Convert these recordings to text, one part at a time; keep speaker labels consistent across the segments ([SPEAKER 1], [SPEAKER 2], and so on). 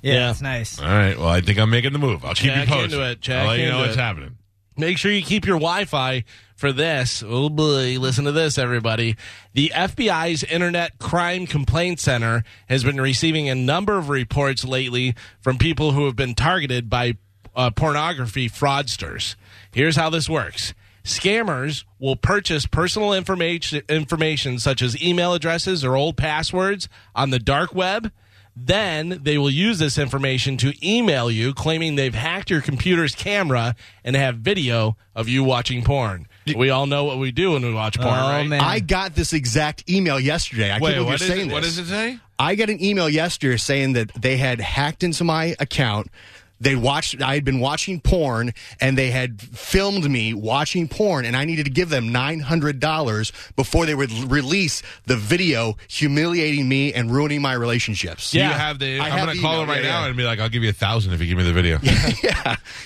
[SPEAKER 1] Yeah.
[SPEAKER 2] It's nice.
[SPEAKER 3] All right. Well, I think I'm making the move. I'll keep
[SPEAKER 1] Jack
[SPEAKER 3] you posted.
[SPEAKER 1] into it. Jack
[SPEAKER 3] I'll let you
[SPEAKER 1] into
[SPEAKER 3] know what's
[SPEAKER 1] it.
[SPEAKER 3] happening.
[SPEAKER 1] Make sure you keep your Wi Fi for this. Oh boy, listen to this, everybody. The FBI's Internet Crime Complaint Center has been receiving a number of reports lately from people who have been targeted by uh, pornography fraudsters. Here's how this works. Scammers will purchase personal information, information such as email addresses or old passwords on the dark web. Then they will use this information to email you claiming they've hacked your computer's camera and have video of you watching porn. We all know what we do when we watch porn,
[SPEAKER 2] Oh,
[SPEAKER 1] right?
[SPEAKER 2] man.
[SPEAKER 4] I got this exact email yesterday. I
[SPEAKER 3] Wait,
[SPEAKER 4] can't believe
[SPEAKER 3] what
[SPEAKER 4] you're
[SPEAKER 3] is,
[SPEAKER 4] saying
[SPEAKER 3] it,
[SPEAKER 4] this.
[SPEAKER 3] what does it say?
[SPEAKER 4] I got an email yesterday saying that they had hacked into my account. They watched. I had been watching porn, and they had filmed me watching porn, and I needed to give them nine hundred dollars before they would l- release the video humiliating me and ruining my relationships.
[SPEAKER 3] You
[SPEAKER 1] Yeah.
[SPEAKER 3] have the.
[SPEAKER 4] I
[SPEAKER 3] I am
[SPEAKER 4] have
[SPEAKER 3] going to
[SPEAKER 4] the
[SPEAKER 3] call
[SPEAKER 4] email,
[SPEAKER 3] him right
[SPEAKER 4] yeah,
[SPEAKER 3] now
[SPEAKER 4] yeah.
[SPEAKER 3] and be like, "I'll give you a thousand if you give me the video."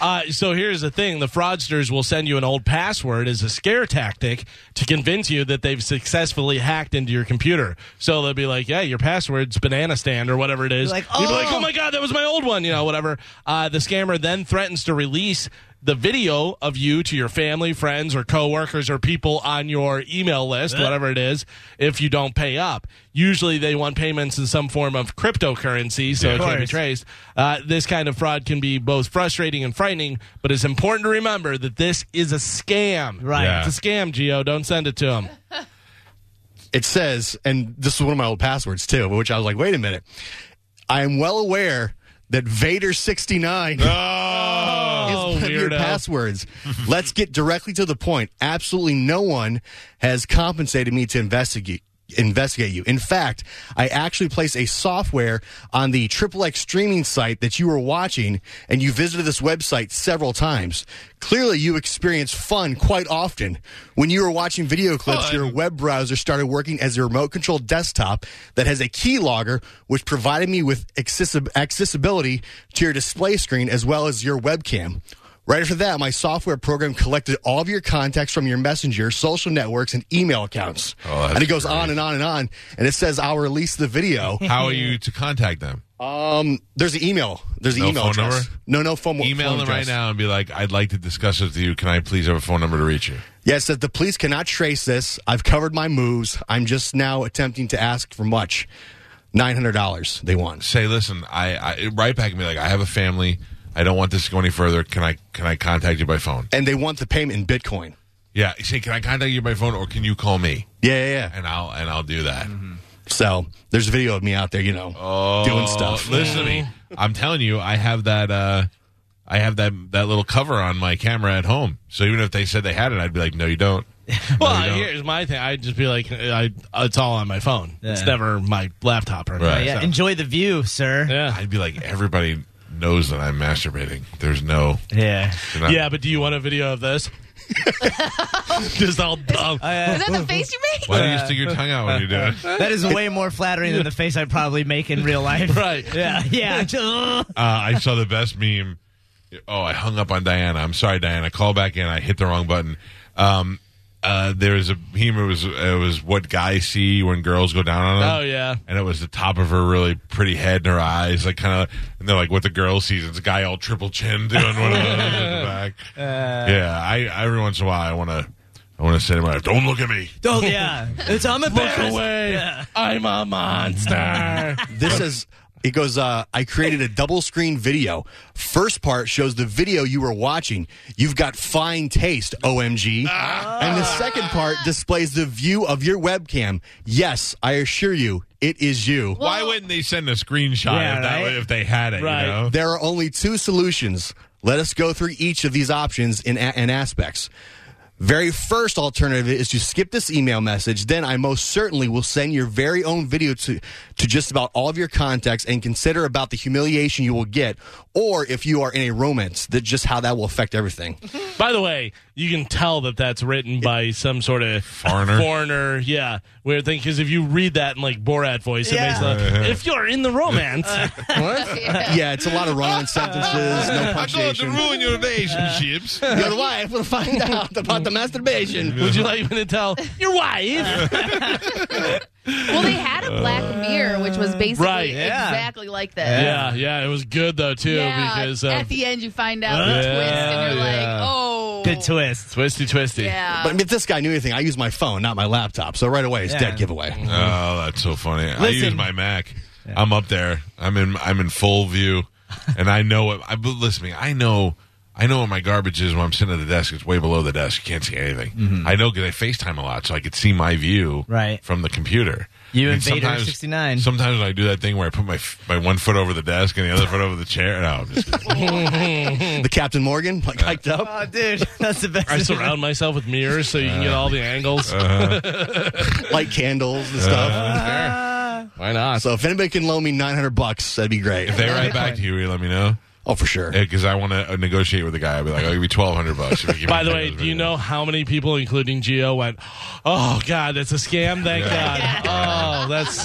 [SPEAKER 1] Uh, so here's the thing the fraudsters will send you an old password as a scare tactic to convince you that they've successfully hacked into your computer. So they'll be like, yeah, your password's banana stand or whatever it is.
[SPEAKER 2] You're like,
[SPEAKER 1] You'll be
[SPEAKER 2] "Oh."
[SPEAKER 1] like, oh my God, that was my old one, you know, whatever. Uh, the scammer then threatens to release the video of you to your family, friends, or coworkers or people on your email list,
[SPEAKER 3] Eh?
[SPEAKER 1] whatever it is, if you don't pay up. Usually they want payments in some form of cryptocurrency, so it can't be
[SPEAKER 2] course.
[SPEAKER 1] traced. Uh, this kind of fraud can be both frustrating and frightening, but it's important to remember that this is a scam.
[SPEAKER 2] Right.
[SPEAKER 3] Yeah.
[SPEAKER 1] It's a scam, Geo. Don't send it to them.
[SPEAKER 4] it says, and this is one of my old passwords too, which I was like, wait a minute. I am well aware that Vader sixty nine.
[SPEAKER 3] Oh,
[SPEAKER 4] is one of your passwords. Let's get directly to the point. Absolutely no one has compensated me to investigate investigate you. In fact, I actually placed a software on the Triple X streaming site that you were watching and you visited this website several times. Clearly you experienced fun quite often. When you were watching video clips, your web browser started working as a remote control desktop that has a keylogger which provided me with accessi- accessibility to your display screen as well as your webcam. Right after that, my software program collected all of your contacts from your messenger, social networks, and email accounts.
[SPEAKER 3] Oh, that's
[SPEAKER 4] and it goes
[SPEAKER 3] great.
[SPEAKER 4] on and on and on. And it says, I'll release the video. Um,
[SPEAKER 3] How are you to contact them?
[SPEAKER 4] There's an email. There's an
[SPEAKER 3] No
[SPEAKER 4] email
[SPEAKER 3] phone
[SPEAKER 4] address.
[SPEAKER 3] number?
[SPEAKER 4] No, no phone
[SPEAKER 3] Email
[SPEAKER 4] phone
[SPEAKER 3] them right
[SPEAKER 4] address.
[SPEAKER 3] now and be like, "I'd like to discuss this with you. Can I please have a phone number to reach you?"
[SPEAKER 4] Yeah, it says the police cannot trace this. I've covered my moves. I'm just now attempting to ask for much. $900 they want.
[SPEAKER 3] Say, "Listen, I, I right back and be like, I have a family. I don't want this to go any further. Can I can I contact you by phone?"
[SPEAKER 4] And they want the payment in Bitcoin.
[SPEAKER 3] Yeah, you say, "Can I contact you by phone or can you call me?"
[SPEAKER 4] Yeah, yeah, yeah.
[SPEAKER 3] And I'll and I'll do
[SPEAKER 1] Mm-hmm.
[SPEAKER 3] that.
[SPEAKER 4] So there's a video of me out there, you know, doing stuff.
[SPEAKER 3] Oh, Listen to me. I'm telling you, I have that. Uh, I have that that little cover on my camera at home. So even if they said they had it, I'd be like, "No, you don't."
[SPEAKER 1] Well,
[SPEAKER 3] don't.
[SPEAKER 1] here's my thing. I'd just be like, I, it's all on my phone. It's
[SPEAKER 2] Yeah.
[SPEAKER 1] never my laptop or anything.
[SPEAKER 3] Right.
[SPEAKER 2] Yeah,
[SPEAKER 1] so-
[SPEAKER 2] enjoy the view, sir.
[SPEAKER 1] yeah.
[SPEAKER 3] I'd be like, "Everybody knows that I'm masturbating. There's no."
[SPEAKER 2] Yeah.
[SPEAKER 3] they're not-
[SPEAKER 1] Yeah, but do you want a video of this? Just all dumb.
[SPEAKER 5] Is that the face you make?
[SPEAKER 3] Why do you stick your tongue out when you do it?
[SPEAKER 2] That is way more flattering than the face I'd probably make in real life.
[SPEAKER 1] Right.
[SPEAKER 2] Yeah. Yeah. Just-
[SPEAKER 3] Uh, I saw the best meme. Oh, I hung up on Diana. I'm sorry, Diana. Call back in. I hit the wrong button. Um, uh, there was a meme. It was it was what guys see when girls go down on them.
[SPEAKER 1] Oh, yeah.
[SPEAKER 3] and it was the top of her really pretty head and her eyes, like kind of. And they're like, what the girl sees is a guy all triple chin doing one of those in the back. yeah, I every once in a while I want to. I want to say to my wife, "Don't look at me."
[SPEAKER 2] Don't. Yeah. It's I'm
[SPEAKER 1] Look
[SPEAKER 2] embarrassed.
[SPEAKER 1] away. I'm a monster.
[SPEAKER 4] This is it goes uh I created a double screen video. First part shows the video you were watching. You've got fine taste, OMG. And the second part displays the view of your webcam. Yes, I assure you, it is you.
[SPEAKER 3] Why wouldn't they send a screenshot
[SPEAKER 2] Yeah,
[SPEAKER 3] if, that,
[SPEAKER 2] right?
[SPEAKER 3] way- if they had it?
[SPEAKER 1] Right.
[SPEAKER 3] You know?
[SPEAKER 4] There are only two solutions. Let us go through each of these options in, and aspects. Very first alternative is to skip this email message. Then I most certainly will send your very own video to, to just about all of your contacts and consider about the humiliation you will get, or if you are in a romance, that just how that will affect everything.
[SPEAKER 1] By the way, you can tell that that's written by some sort of
[SPEAKER 3] Foreigner.
[SPEAKER 1] Foreigner, yeah. Weird thing because if you read that in like Borat voice,
[SPEAKER 2] Yeah.
[SPEAKER 1] it makes like, if you're in the romance.
[SPEAKER 4] yeah, it's a lot of run-on sentences, no
[SPEAKER 3] I'm going to
[SPEAKER 4] punctuation.
[SPEAKER 3] ruin your relationships.
[SPEAKER 4] Your wife will find out about the masturbation.
[SPEAKER 1] Would you like me to tell your wife?
[SPEAKER 5] Well, they had a Black Mirror, which was basically
[SPEAKER 1] Right,
[SPEAKER 2] yeah.
[SPEAKER 5] exactly like this.
[SPEAKER 1] yeah, yeah, it was good though too
[SPEAKER 5] Yeah,
[SPEAKER 1] because uh,
[SPEAKER 5] at the end you find out the
[SPEAKER 1] Yeah,
[SPEAKER 5] twist, and you're
[SPEAKER 1] yeah.
[SPEAKER 5] like, oh,
[SPEAKER 2] Good twist.
[SPEAKER 1] twisty twisty.
[SPEAKER 5] Yeah,
[SPEAKER 4] But if this guy knew anything, I use my phone, not my laptop. So right away, it's
[SPEAKER 2] Yeah.
[SPEAKER 4] dead giveaway.
[SPEAKER 3] Oh, that's so funny. I
[SPEAKER 2] Listen.
[SPEAKER 3] use my Mac. I'm up there. I'm in. I'm in full view, and I know it. I but listen to me. I know. I know where my garbage is when I'm sitting at the desk. It's way below the desk. You can't see anything. I know because I FaceTime a lot, so I could see my view
[SPEAKER 2] Mm-hmm. Right.
[SPEAKER 3] from the computer.
[SPEAKER 2] You
[SPEAKER 3] I mean,
[SPEAKER 2] invader
[SPEAKER 3] sometimes-
[SPEAKER 2] 69.
[SPEAKER 3] Sometimes I do that thing where I put my f- my one foot over the desk and the other foot over the chair. No, I'm just kidding.
[SPEAKER 4] The Captain Morgan, like hiked up.
[SPEAKER 2] Oh, dude, that's the best.
[SPEAKER 1] I surround myself with mirrors so you can get all the angles.
[SPEAKER 4] light candles and stuff.
[SPEAKER 1] Why not?
[SPEAKER 4] so if anybody can loan me 900 bucks, that'd be great.
[SPEAKER 3] if they write back to you, will you let me know
[SPEAKER 4] Oh, for sure.
[SPEAKER 3] because I want to negotiate with the guy. I'll be like, I'll give you twelve hundred bucks. if you give
[SPEAKER 1] By
[SPEAKER 3] me
[SPEAKER 1] the
[SPEAKER 3] ten
[SPEAKER 1] way,
[SPEAKER 3] of those
[SPEAKER 1] do you
[SPEAKER 3] videos.
[SPEAKER 1] know how many people, including Gio, went, "Oh God, that's a scam"? Thank God. Oh, that's